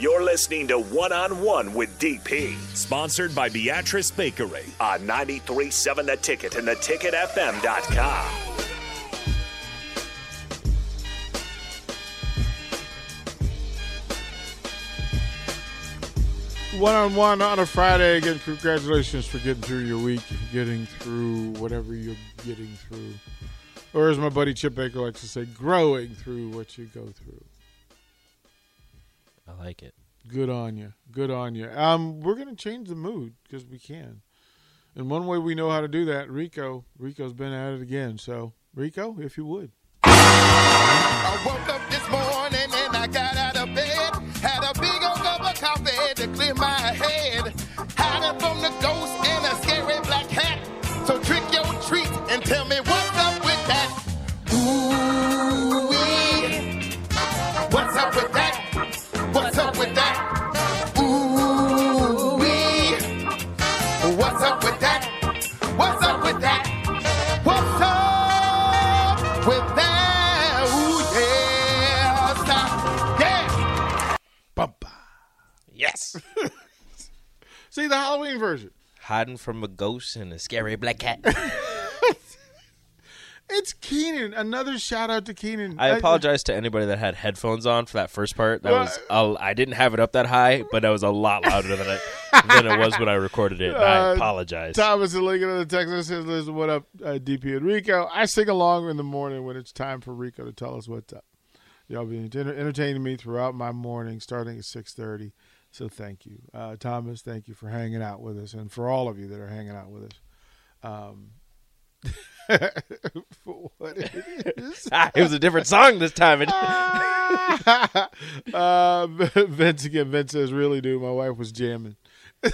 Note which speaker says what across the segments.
Speaker 1: You're listening to One on One with DP, sponsored by Beatrice Bakery on 937 The Ticket and theticketfm.com.
Speaker 2: One on one on a Friday. Again, congratulations for getting through your week, getting through whatever you're getting through. Or as my buddy Chip Baker likes to say, growing through what you go through.
Speaker 3: I like it.
Speaker 2: Good on you. Good on you. Um, we're going to change the mood because we can. And one way we know how to do that, Rico. Rico's been at it again. So, Rico, if you would.
Speaker 4: I woke up this morning and I got out of bed. Had a big old cup of coffee to clear my head. Hiding from the ghost and a scary black hat. So trick your treat and tell me what's up with that. Ooh-wee. What's up with that? What's up with that? Ooh-wee. What's up with that? What's up with that? What's up with that? Ooh, yeah. Stop. Yeah.
Speaker 2: Ba-ba.
Speaker 3: Yes.
Speaker 2: See the Halloween version.
Speaker 3: Hiding from a ghost and a scary black cat.
Speaker 2: It's Keenan. Another shout out to Keenan.
Speaker 3: I apologize to anybody that had headphones on for that first part. That was a, I didn't have it up that high, but that was a lot louder than I, than it was when I recorded it. and I
Speaker 2: Uh,
Speaker 3: apologize.
Speaker 2: Thomas and Lincoln of the Texas says, "Listen, what up, uh, DP and Rico? I sing along in the morning when it's time for Rico to tell us what's up. Y'all been enter- entertaining me throughout my morning, starting at six thirty. So thank you, uh, Thomas. Thank you for hanging out with us, and for all of you that are hanging out with us. Um, for what it is.
Speaker 3: Ah, it was a different song this time. It,
Speaker 2: uh, Vince again. Vince says, "Really, do my wife was jamming."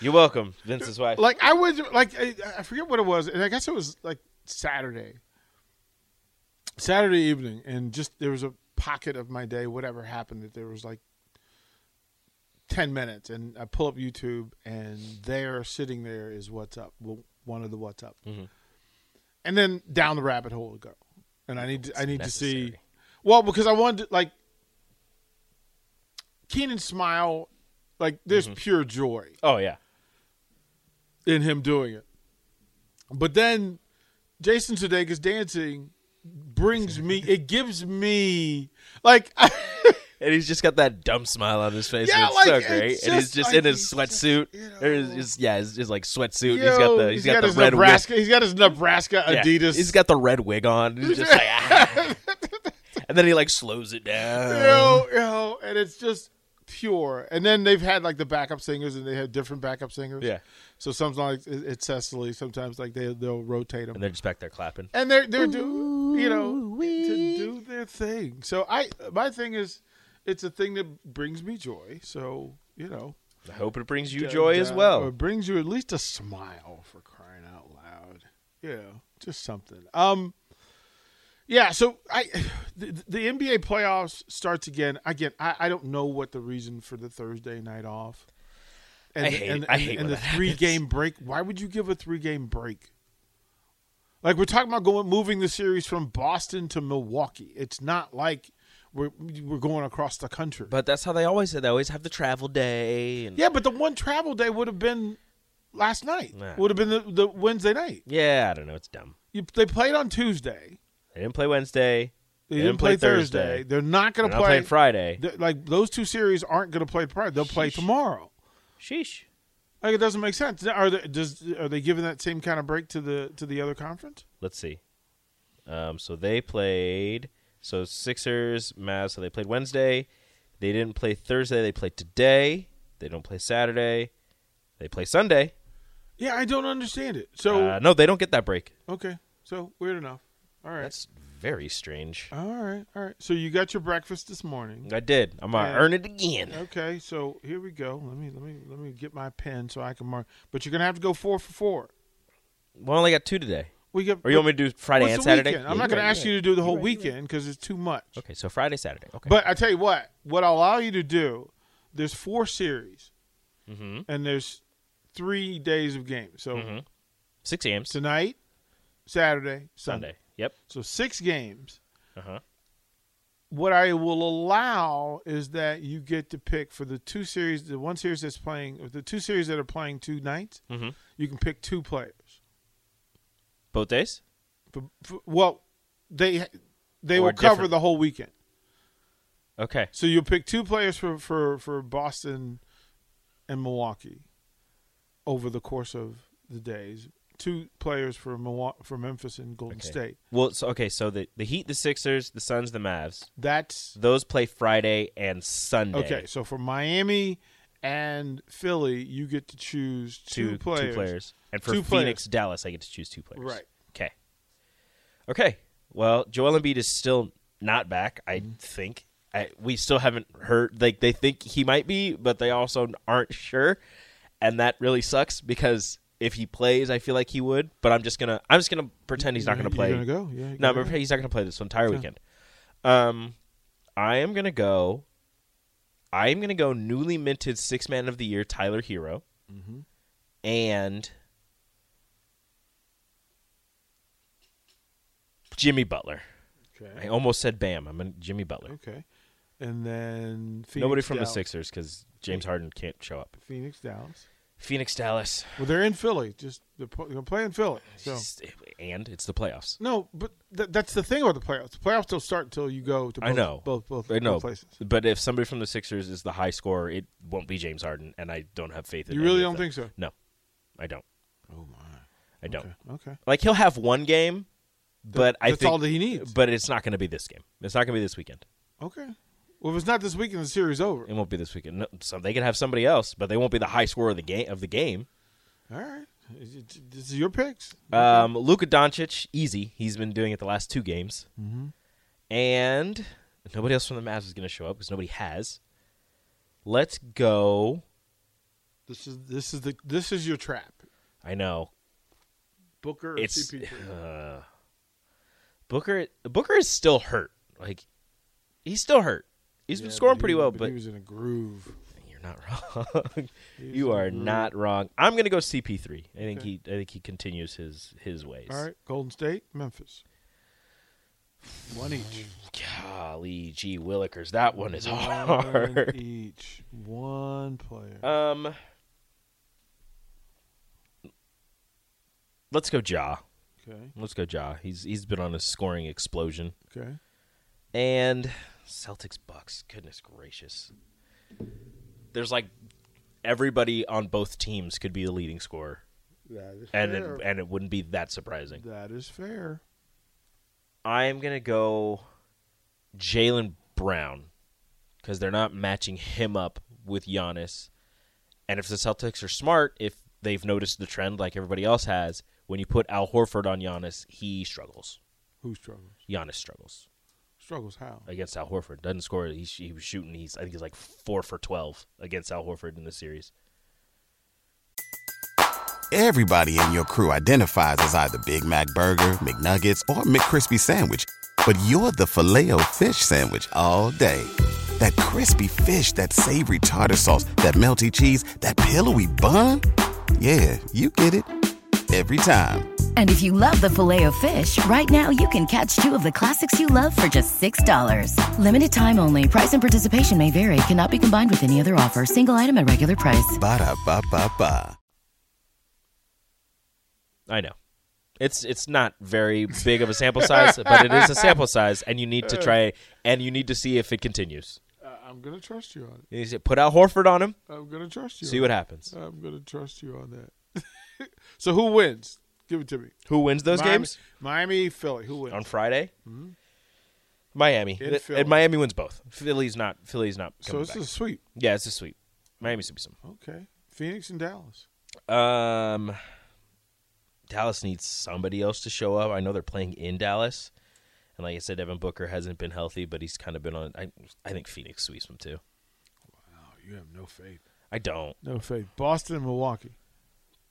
Speaker 3: you're welcome, Vince's wife.
Speaker 2: like I would like I, I forget what it was, and I guess it was like Saturday, Saturday evening, and just there was a pocket of my day, whatever happened, that there was like ten minutes, and I pull up YouTube, and there, sitting there, is what's up, well, one of the what's up, and then down the rabbit hole to go, and I need to, I need to see,
Speaker 3: necessary.
Speaker 2: well, because I wanted to, like Keenan smile, like there's pure joy
Speaker 3: oh yeah,
Speaker 2: in him doing it. But then Jason Sudeikis dancing brings me. It gives me like I,
Speaker 3: and he's just got that dumb smile on his face.
Speaker 2: Yeah,
Speaker 3: and it's
Speaker 2: like,
Speaker 3: so
Speaker 2: it's
Speaker 3: great. and he's
Speaker 2: just
Speaker 3: just
Speaker 2: like
Speaker 3: in his
Speaker 2: he's just,
Speaker 3: sweatsuit.
Speaker 2: you know.
Speaker 3: Or his- his- yeah, his, his like sweatsuit.
Speaker 2: yo,
Speaker 3: he's got the he's got, the
Speaker 2: his
Speaker 3: red
Speaker 2: Nebraska.
Speaker 3: wig.
Speaker 2: He's got his Nebraska
Speaker 3: Yeah,
Speaker 2: Adidas.
Speaker 3: He's got the red wig on. He's just like, ah. and then he like slows it down.
Speaker 2: yo, yo, and it's just pure. And then they've had like the backup singers, and they have different backup singers.
Speaker 3: Yeah.
Speaker 2: So sometimes like, it- it's Cecily. Sometimes like they they'll rotate them.
Speaker 3: And they're just back there clapping.
Speaker 2: and they're they're do you know to do their thing. So I my thing is it's a thing that brings me joy. So you know
Speaker 3: I hope it brings you joy as
Speaker 2: uh,
Speaker 3: well.
Speaker 2: Or brings you at least a smile for crying out loud. Yeah, just something. Um, yeah. So I the, the NBA playoffs starts again. Again, I, I don't know what the reason for the Thursday night off. And,
Speaker 3: I hate
Speaker 2: and,
Speaker 3: it. I
Speaker 2: and-
Speaker 3: hate
Speaker 2: and
Speaker 3: when
Speaker 2: the
Speaker 3: that happens.
Speaker 2: three game break. Why would you give a three game break? Like we're talking about going moving the series from Boston to Milwaukee. It's not like we're we're going across the country.
Speaker 3: But that's how they always say. They always have the travel day. And
Speaker 2: Yeah, but the one travel day would have been last night.
Speaker 3: Nah.
Speaker 2: Would have been the, the Wednesday night.
Speaker 3: Yeah, I don't know. It's dumb.
Speaker 2: You, they played on Tuesday.
Speaker 3: They didn't play Wednesday.
Speaker 2: They, didn't play, Thursday. They're not
Speaker 3: They're
Speaker 2: going to
Speaker 3: not
Speaker 2: play
Speaker 3: playing Friday.
Speaker 2: Th- like those two series aren't going to play Friday. They'll play tomorrow.
Speaker 3: Sheesh.
Speaker 2: Like it doesn't make sense. Are they does are they giving that same kind of break to the to the other conference?
Speaker 3: Let's see. Um, so they played. So Sixers, Mavs. So they played Wednesday. They didn't play Thursday. They played today. They don't play Saturday. They play Sunday.
Speaker 2: Yeah, I don't understand it. So
Speaker 3: Uh, no, they Uh, don't get that break.
Speaker 2: okay, so weird enough. All right,
Speaker 3: That's very strange.
Speaker 2: All right, all right. So you got your breakfast this morning.
Speaker 3: I did. I'm gonna
Speaker 2: Yeah.
Speaker 3: earn it again.
Speaker 2: Okay, so here we go. Let me let me let me get my pen so I can mark. But you're gonna have to go four for four.
Speaker 3: Well, I only got two today.
Speaker 2: We get.
Speaker 3: Or you want me to do Friday
Speaker 2: what's
Speaker 3: and
Speaker 2: the
Speaker 3: Saturday?
Speaker 2: Weekend?
Speaker 3: Yeah,
Speaker 2: I'm not
Speaker 3: you're
Speaker 2: gonna
Speaker 3: right,
Speaker 2: ask
Speaker 3: you're
Speaker 2: you to do the whole weekend because it's too much.
Speaker 3: right. Okay, so Friday, Saturday. Okay.
Speaker 2: But I tell you what, what I'll allow you to do, there's four series,
Speaker 3: Mhm.
Speaker 2: and there's three days of games. So
Speaker 3: Mm-hmm. six a.m. Sunday.
Speaker 2: tonight, Saturday, Sunday.
Speaker 3: Yep.
Speaker 2: So six games.
Speaker 3: Uh huh.
Speaker 2: What I will allow is that you get to pick for the two series, the one series that's playing, the two series that are playing two nights.
Speaker 3: Mhm.
Speaker 2: You can pick two players.
Speaker 3: Both days.
Speaker 2: For, for, well, they they
Speaker 3: Or
Speaker 2: will cover
Speaker 3: different-
Speaker 2: the whole weekend.
Speaker 3: Okay.
Speaker 2: So you'll pick two players for, for, for Boston and Milwaukee over the course of the days. Two players for Milwaukee, for Memphis and Golden
Speaker 3: Okay.
Speaker 2: State.
Speaker 3: Well, so okay, so the the Heat, the Sixers, the Suns, the Mavs.
Speaker 2: That's
Speaker 3: Those play Friday and Sunday.
Speaker 2: okay. So for Miami and Philly, you get to choose
Speaker 3: two
Speaker 2: two, players.
Speaker 3: And for
Speaker 2: Two players.
Speaker 3: Phoenix, Dallas, I get to choose two players.
Speaker 2: Right.
Speaker 3: Okay. Okay. Well, Joel Embiid is still not back. I
Speaker 2: Mm-hmm.
Speaker 3: think I, we still haven't heard. Like they think he might be, but they also aren't sure, and that really sucks because if he plays, I feel like he would. But I'm just gonna I'm just gonna pretend he's not gonna
Speaker 2: You're
Speaker 3: play.
Speaker 2: gonna go? Yeah, you
Speaker 3: no,
Speaker 2: gotta
Speaker 3: but he's not gonna play this entire weekend. Um, I am gonna go. I am gonna go newly minted six man of the year Tyler Hero,
Speaker 2: Mm-hmm.
Speaker 3: and Jimmy Butler. I
Speaker 2: Okay.
Speaker 3: almost said Bam. I'm a Jimmy Butler.
Speaker 2: Okay. And then Phoenix,
Speaker 3: Nobody from
Speaker 2: Dallas.
Speaker 3: the Sixers because James Harden can't show up.
Speaker 2: Phoenix, Dallas.
Speaker 3: Phoenix, Dallas,
Speaker 2: Well, they're in Philly. Just they're po- they're playing Philly. So
Speaker 3: and it's the playoffs.
Speaker 2: no, but th- that's the thing about the playoffs. The playoffs don't start until you go to. Both,
Speaker 3: I know
Speaker 2: both both,
Speaker 3: I know.
Speaker 2: both places.
Speaker 3: But if somebody from the Sixers is the high scorer, it won't be James Harden, and I don't have faith in.
Speaker 2: You
Speaker 3: any
Speaker 2: really
Speaker 3: of
Speaker 2: don't
Speaker 3: them.
Speaker 2: think so?
Speaker 3: No, I don't.
Speaker 2: Oh my!
Speaker 3: I don't.
Speaker 2: Okay,
Speaker 3: Like he'll have one game, but I
Speaker 2: that's
Speaker 3: think
Speaker 2: all that he needs.
Speaker 3: But it's not going to be this game. It's not going to be this weekend.
Speaker 2: okay. Well, if it's not this weekend, the series over.
Speaker 3: It won't be this weekend. No, so they could have somebody else, but they won't be the high scorer of the game. Of the game,
Speaker 2: All right, Is it- this is your picks.
Speaker 3: um, Luka Doncic, easy. He's been doing it the last two games,
Speaker 2: Mm-hmm.
Speaker 3: and nobody else from the Mavs is going to show up because nobody has. Let's go.
Speaker 2: This is this is the this is your trap.
Speaker 3: I know
Speaker 2: Booker or
Speaker 3: it's
Speaker 2: CP3.
Speaker 3: uh, Booker. Booker is still hurt. Like he's still hurt. He's
Speaker 2: Yeah,
Speaker 3: been scoring
Speaker 2: he-
Speaker 3: pretty well,
Speaker 2: he
Speaker 3: but
Speaker 2: was in a groove.
Speaker 3: You're not wrong.
Speaker 2: He's
Speaker 3: you
Speaker 2: a
Speaker 3: are
Speaker 2: brute.
Speaker 3: not wrong. I'm gonna go CP3. I think
Speaker 2: mm-hmm. Okay.
Speaker 3: he, I think he continues his his ways.
Speaker 2: All right, Golden State, Memphis, one each.
Speaker 3: Golly gee willikers, that one is
Speaker 2: One
Speaker 3: hard.
Speaker 2: each. One player.
Speaker 3: um, let's go Jaw.
Speaker 2: Okay.
Speaker 3: Let's go Jaw. He's he's been on a scoring explosion.
Speaker 2: Okay.
Speaker 3: And Celtics Bucks. Goodness gracious. There's like everybody on both teams could be the leading scorer,
Speaker 2: That is
Speaker 3: and
Speaker 2: fair.
Speaker 3: it, and it wouldn't be that surprising.
Speaker 2: that is fair.
Speaker 3: I'm gonna go Jalen Brown because they're not matching him up with Giannis. And if the Celtics are smart, if they've noticed the trend like everybody else has, when you put Al Horford on Giannis, he struggles.
Speaker 2: Who struggles?
Speaker 3: Giannis struggles
Speaker 2: Struggles how?
Speaker 3: against Al Horford. Doesn't score. He, he was shooting. He's I think he's like four for twelve against Al Horford in the series.
Speaker 5: Everybody in your crew identifies as either Big Mac Burger, McNuggets, or McCrispy Sandwich. But you're the filet fish Sandwich all day. That crispy fish, that savory tartar sauce, that melty cheese, that pillowy bun. Yeah, you get it. Every time.
Speaker 6: And if you love the filet of fish, right now you can catch two of the classics you love for just $6. Limited time only. Price and participation may vary. Cannot be combined with any other offer. Single item at regular price.
Speaker 5: Ba-da-ba-ba-ba.
Speaker 3: I know. It's it's not very big of a sample size, but it is a sample size, and you need to try and you need to see if it continues.
Speaker 2: Uh, I'm gonna trust you on it.
Speaker 3: He said, put out Horford on him,
Speaker 2: I'm gonna trust you.
Speaker 3: see
Speaker 2: on
Speaker 3: what
Speaker 2: it.
Speaker 3: happens.
Speaker 2: I'm gonna trust you on that. so who wins? Give it to me.
Speaker 3: Who wins those
Speaker 2: Miami,
Speaker 3: games
Speaker 2: Miami, Philly. Who wins?
Speaker 3: on Friday? Miami.
Speaker 2: In
Speaker 3: Th-
Speaker 2: Philly.
Speaker 3: And Miami wins both. Philly's not. Philly's not.
Speaker 2: so
Speaker 3: Coming
Speaker 2: this
Speaker 3: back.
Speaker 2: is a sweep.
Speaker 3: yeah, it's a sweep. Miami should be some.
Speaker 2: Okay. Phoenix and Dallas.
Speaker 3: Um, Dallas needs somebody else to show up. I know they're playing in Dallas, And like I said, Devin Booker hasn't been healthy, but he's kind of been on. I I think Phoenix sweeps him too.
Speaker 2: Oh, you have no faith.
Speaker 3: I don't.
Speaker 2: No faith. Boston and Milwaukee.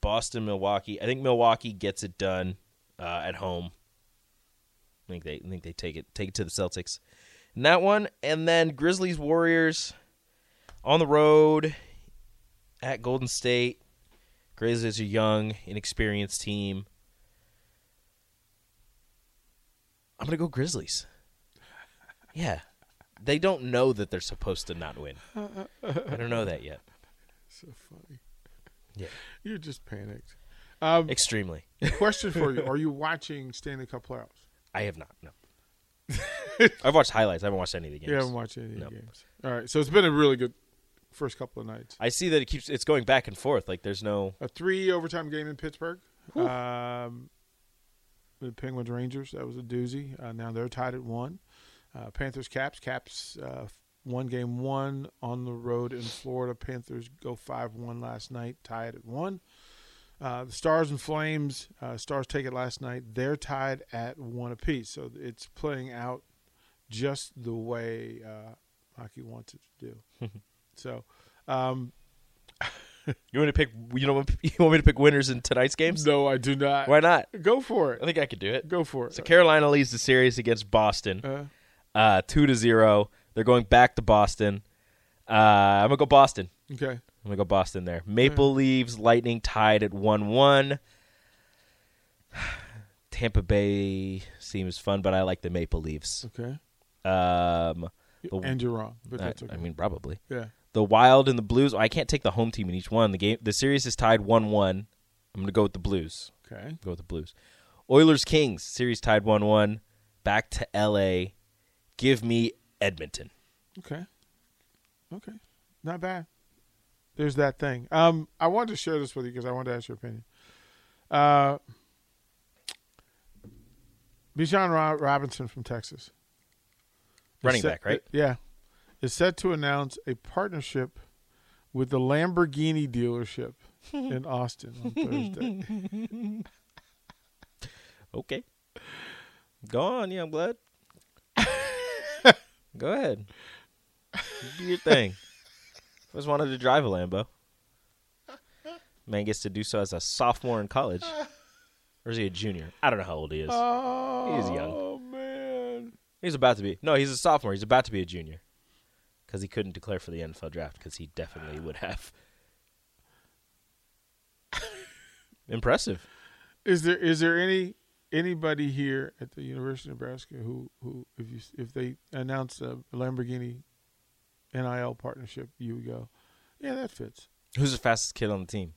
Speaker 3: Boston, Milwaukee. I think Milwaukee gets it done uh, at home. I think they I think they take it take it to the Celtics. And that one, and then Grizzlies, Warriors on the road at Golden State. Grizzlies are young, inexperienced team. I'm gonna go Grizzlies. Yeah, they don't know that they're supposed to not win. I don't know that yet.
Speaker 2: So funny.
Speaker 3: Yeah,
Speaker 2: You just panicked. Um,
Speaker 3: extremely.
Speaker 2: question for you: Are you watching Stanley Cup playoffs?
Speaker 3: I have not. No, I've watched highlights. I haven't watched any of the games.
Speaker 2: You haven't watched any of the
Speaker 3: No.
Speaker 2: games. All right. So it's been a really good first couple of nights.
Speaker 3: I see that it keeps it's going back and forth. Like there's no
Speaker 2: A three overtime game in Pittsburgh. Um, the Penguins Rangers that was a doozy. Uh, now they're tied at one. Uh, Panthers Caps Caps uh, one game one on the road in Florida. Panthers go five one last night, tied at one. Uh, the Stars and Flames uh, Stars take it last night. They're tied at one apiece. So it's playing out just the way uh, hockey wants it to do. so. Um,
Speaker 3: You want me to pick? You know, you want me to pick winners in tonight's games?
Speaker 2: no, I do not.
Speaker 3: Why not?
Speaker 2: Go for it.
Speaker 3: I think I could do it.
Speaker 2: Go for it.
Speaker 3: So Carolina leads the series against Boston,
Speaker 2: Uh,
Speaker 3: uh, two to zero. They're going back to Boston. Uh, I'm gonna go Boston.
Speaker 2: okay.
Speaker 3: I'm gonna go Boston there. Maple Leaves, Lightning tied at one one. Tampa Bay seems fun, but I like the Maple Leaves.
Speaker 2: Okay.
Speaker 3: Um, the,
Speaker 2: and you're wrong, but
Speaker 3: I,
Speaker 2: that's okay.
Speaker 3: Uh, I mean, probably.
Speaker 2: yeah.
Speaker 3: the Wild and the Blues. oh, I can't take the home team in each one. The game, the series is tied one-one. I'm going to go with the Blues.
Speaker 2: Okay.
Speaker 3: Go with the Blues. Oilers Kings series tied one-one. Back to L.A. Give me Edmonton.
Speaker 2: Okay. Okay. Not bad. There's that thing. Um, I wanted to share this with you because I wanted to ask your opinion. Uh, Bijan Ro- Robinson from Texas,
Speaker 3: Running
Speaker 2: is set-
Speaker 3: back, right?
Speaker 2: Yeah, is set to announce a partnership with the Lamborghini dealership in Austin on Thursday.
Speaker 3: Okay. Go on, young blood. go ahead. Do your thing. Always wanted to drive a Lambo. Man gets to do so as a sophomore in college. Or is he a junior? I don't know how old he is.
Speaker 2: Oh,
Speaker 3: He's young.
Speaker 2: man.
Speaker 3: He's about to be. No, he's a sophomore. He's about to be a junior. Because he couldn't declare for the NFL draft because he definitely would have. Impressive.
Speaker 2: Is there is there any anybody here at the University of Nebraska who who if you if they announced a Lamborghini NIL partnership, you would go, yeah, that fits.
Speaker 3: Who's the fastest kid on the team?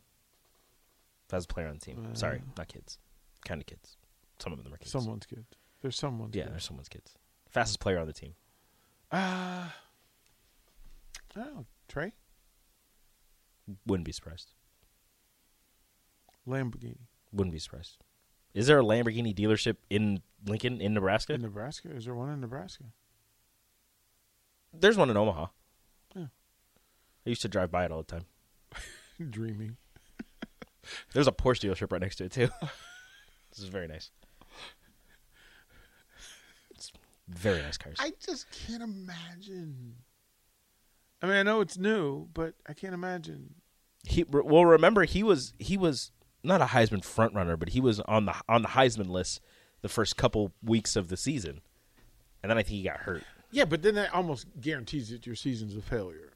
Speaker 3: Fastest player on the team. Sorry, not kids. Kind of kids. Some of them are kids.
Speaker 2: Someone's kid. There's someone's
Speaker 3: Yeah,
Speaker 2: kid.
Speaker 3: they're someone's kids. Fastest player on the team.
Speaker 2: Ah. oh, Trey
Speaker 3: Wouldn't be surprised.
Speaker 2: Lamborghini
Speaker 3: Wouldn't be surprised. Is there a Lamborghini dealership in Lincoln, in Nebraska?
Speaker 2: in Nebraska. Is there one in Nebraska?
Speaker 3: There's one in Omaha.
Speaker 2: Yeah.
Speaker 3: I used to drive by it all the time.
Speaker 2: Dreaming.
Speaker 3: There's a Porsche dealership right next to it too. this is very nice. It's very nice cars.
Speaker 2: I just can't imagine. I mean, I know it's new, but I can't imagine.
Speaker 3: He well remember he was he was not a Heisman front runner, but he was on the on the Heisman list the first couple weeks of the season, and then I think he got hurt.
Speaker 2: Yeah, but then that almost guarantees that your season's a failure.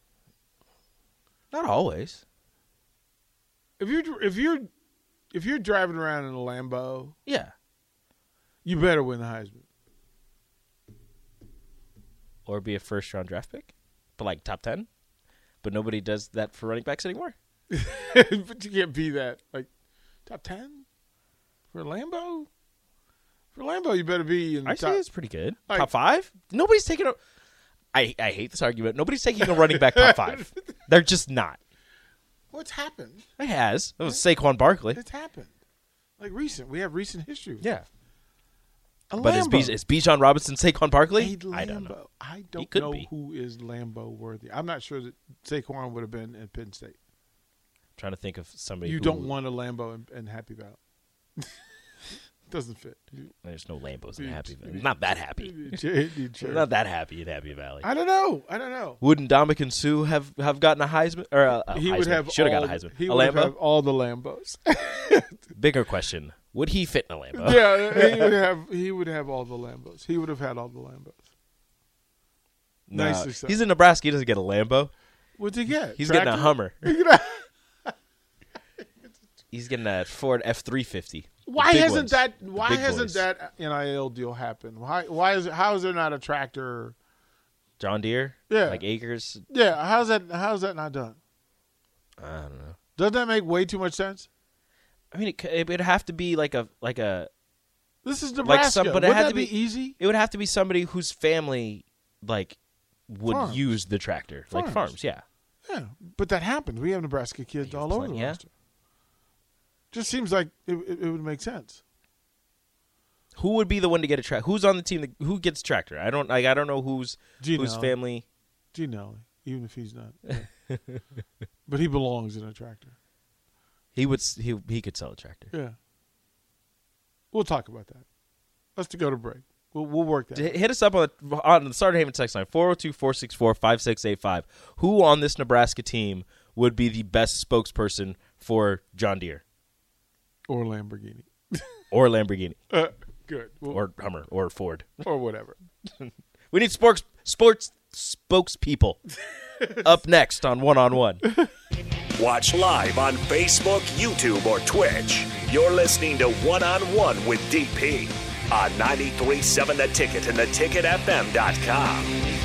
Speaker 3: Not always.
Speaker 2: if you're if you're if you're driving around in a Lambo,
Speaker 3: Yeah.
Speaker 2: you better win the Heisman.
Speaker 3: Or be a first round draft pick, but like top ten. But nobody does that for running backs anymore.
Speaker 2: but you can't be that like top ten for a Lambo. For Lambo, you better be in the
Speaker 3: I
Speaker 2: top.
Speaker 3: think it's pretty good.
Speaker 2: Like-
Speaker 3: top five? Nobody's taking a. I I hate this argument. Nobody's taking a running back top five. They're just not.
Speaker 2: What's happened?
Speaker 3: It has. That was Saquon Barkley.
Speaker 2: It's happened. Like recent, we have recent history.
Speaker 3: Yeah.
Speaker 2: a
Speaker 3: But is,
Speaker 2: Lambo.
Speaker 3: Bij- is Bijan Robinson Saquon Barkley?
Speaker 2: A Lambo.
Speaker 3: I don't know.
Speaker 2: I don't
Speaker 3: could
Speaker 2: know
Speaker 3: be.
Speaker 2: who is Lambo worthy. I'm not sure that Saquon would have been at Penn State.
Speaker 3: trying to think of somebody.
Speaker 2: You
Speaker 3: who-
Speaker 2: don't want a Lambo and, and Happy Valley. Doesn't fit.
Speaker 3: There's no Lambos in Happy Valley. Not that happy. They're
Speaker 2: Not
Speaker 3: not that happy in Happy Valley.
Speaker 2: I don't know. I don't know.
Speaker 3: Wouldn't Dominic and Sue have, have gotten a Heisman? Or a, a
Speaker 2: He
Speaker 3: Heisman.
Speaker 2: would have.
Speaker 3: Should have
Speaker 2: all,
Speaker 3: got a Heisman.
Speaker 2: He
Speaker 3: a
Speaker 2: would
Speaker 3: Lambo?
Speaker 2: have all the Lambos.
Speaker 3: Bigger question. Would he fit in a Lambo?
Speaker 2: yeah, he would have. He would have all the Lambos. He would have had all the Lambos.
Speaker 3: No.
Speaker 2: Nicely said.
Speaker 3: He's in Nebraska. He doesn't get a Lambo.
Speaker 2: What'd he get?
Speaker 3: He's
Speaker 2: Tractor?
Speaker 3: getting a Hummer. He's getting a Ford F three fifty.
Speaker 2: Why hasn't that? Why hasn't that NIL deal happened? Why? Why is? How is there not a tractor?
Speaker 3: John Deere?
Speaker 2: Yeah.
Speaker 3: like Acres.
Speaker 2: Yeah. How's that? How's that not done?
Speaker 3: I don't know.
Speaker 2: Doesn't that make way too much sense?
Speaker 3: I mean, it, c- it would have to be like a like a.
Speaker 2: This is Nebraska.
Speaker 3: some- but it
Speaker 2: Wouldn't
Speaker 3: had
Speaker 2: that
Speaker 3: to
Speaker 2: be,
Speaker 3: be-
Speaker 2: easy?
Speaker 3: It would have to be somebody whose family like would
Speaker 2: Farms.
Speaker 3: use the tractor, like
Speaker 2: Farms.
Speaker 3: farms. Yeah,
Speaker 2: Yeah, but that happens. We have Nebraska kids all over
Speaker 3: plenty,
Speaker 2: the
Speaker 3: yeah.
Speaker 2: roster. Just seems like it, it, it would make sense.
Speaker 3: who would be the one to get a track? Who's on the team? That, who gets tractor? I don't like. I don't know who's
Speaker 2: Gino.
Speaker 3: whose family.
Speaker 2: Gino, even if he's not, Yeah. but he belongs in a tractor.
Speaker 3: He would. s- He he could sell a tractor.
Speaker 2: Yeah, we'll talk about that. Let's to go to break. We'll, we'll work that.
Speaker 3: D- Hit us up on the, on the Starter Haven text line 402-464-5685. Who on this Nebraska team would be the best spokesperson for John Deere
Speaker 2: or Lamborghini.
Speaker 3: or Lamborghini
Speaker 2: Uh, good. We'll-
Speaker 3: or Hummer or Ford?
Speaker 2: or whatever.
Speaker 3: We need sports sports spokespeople. up next on one on one.
Speaker 1: Watch live on Facebook, YouTube, or Twitch. You're listening to One on One with DP on 937 The Ticket and theticketfm.com.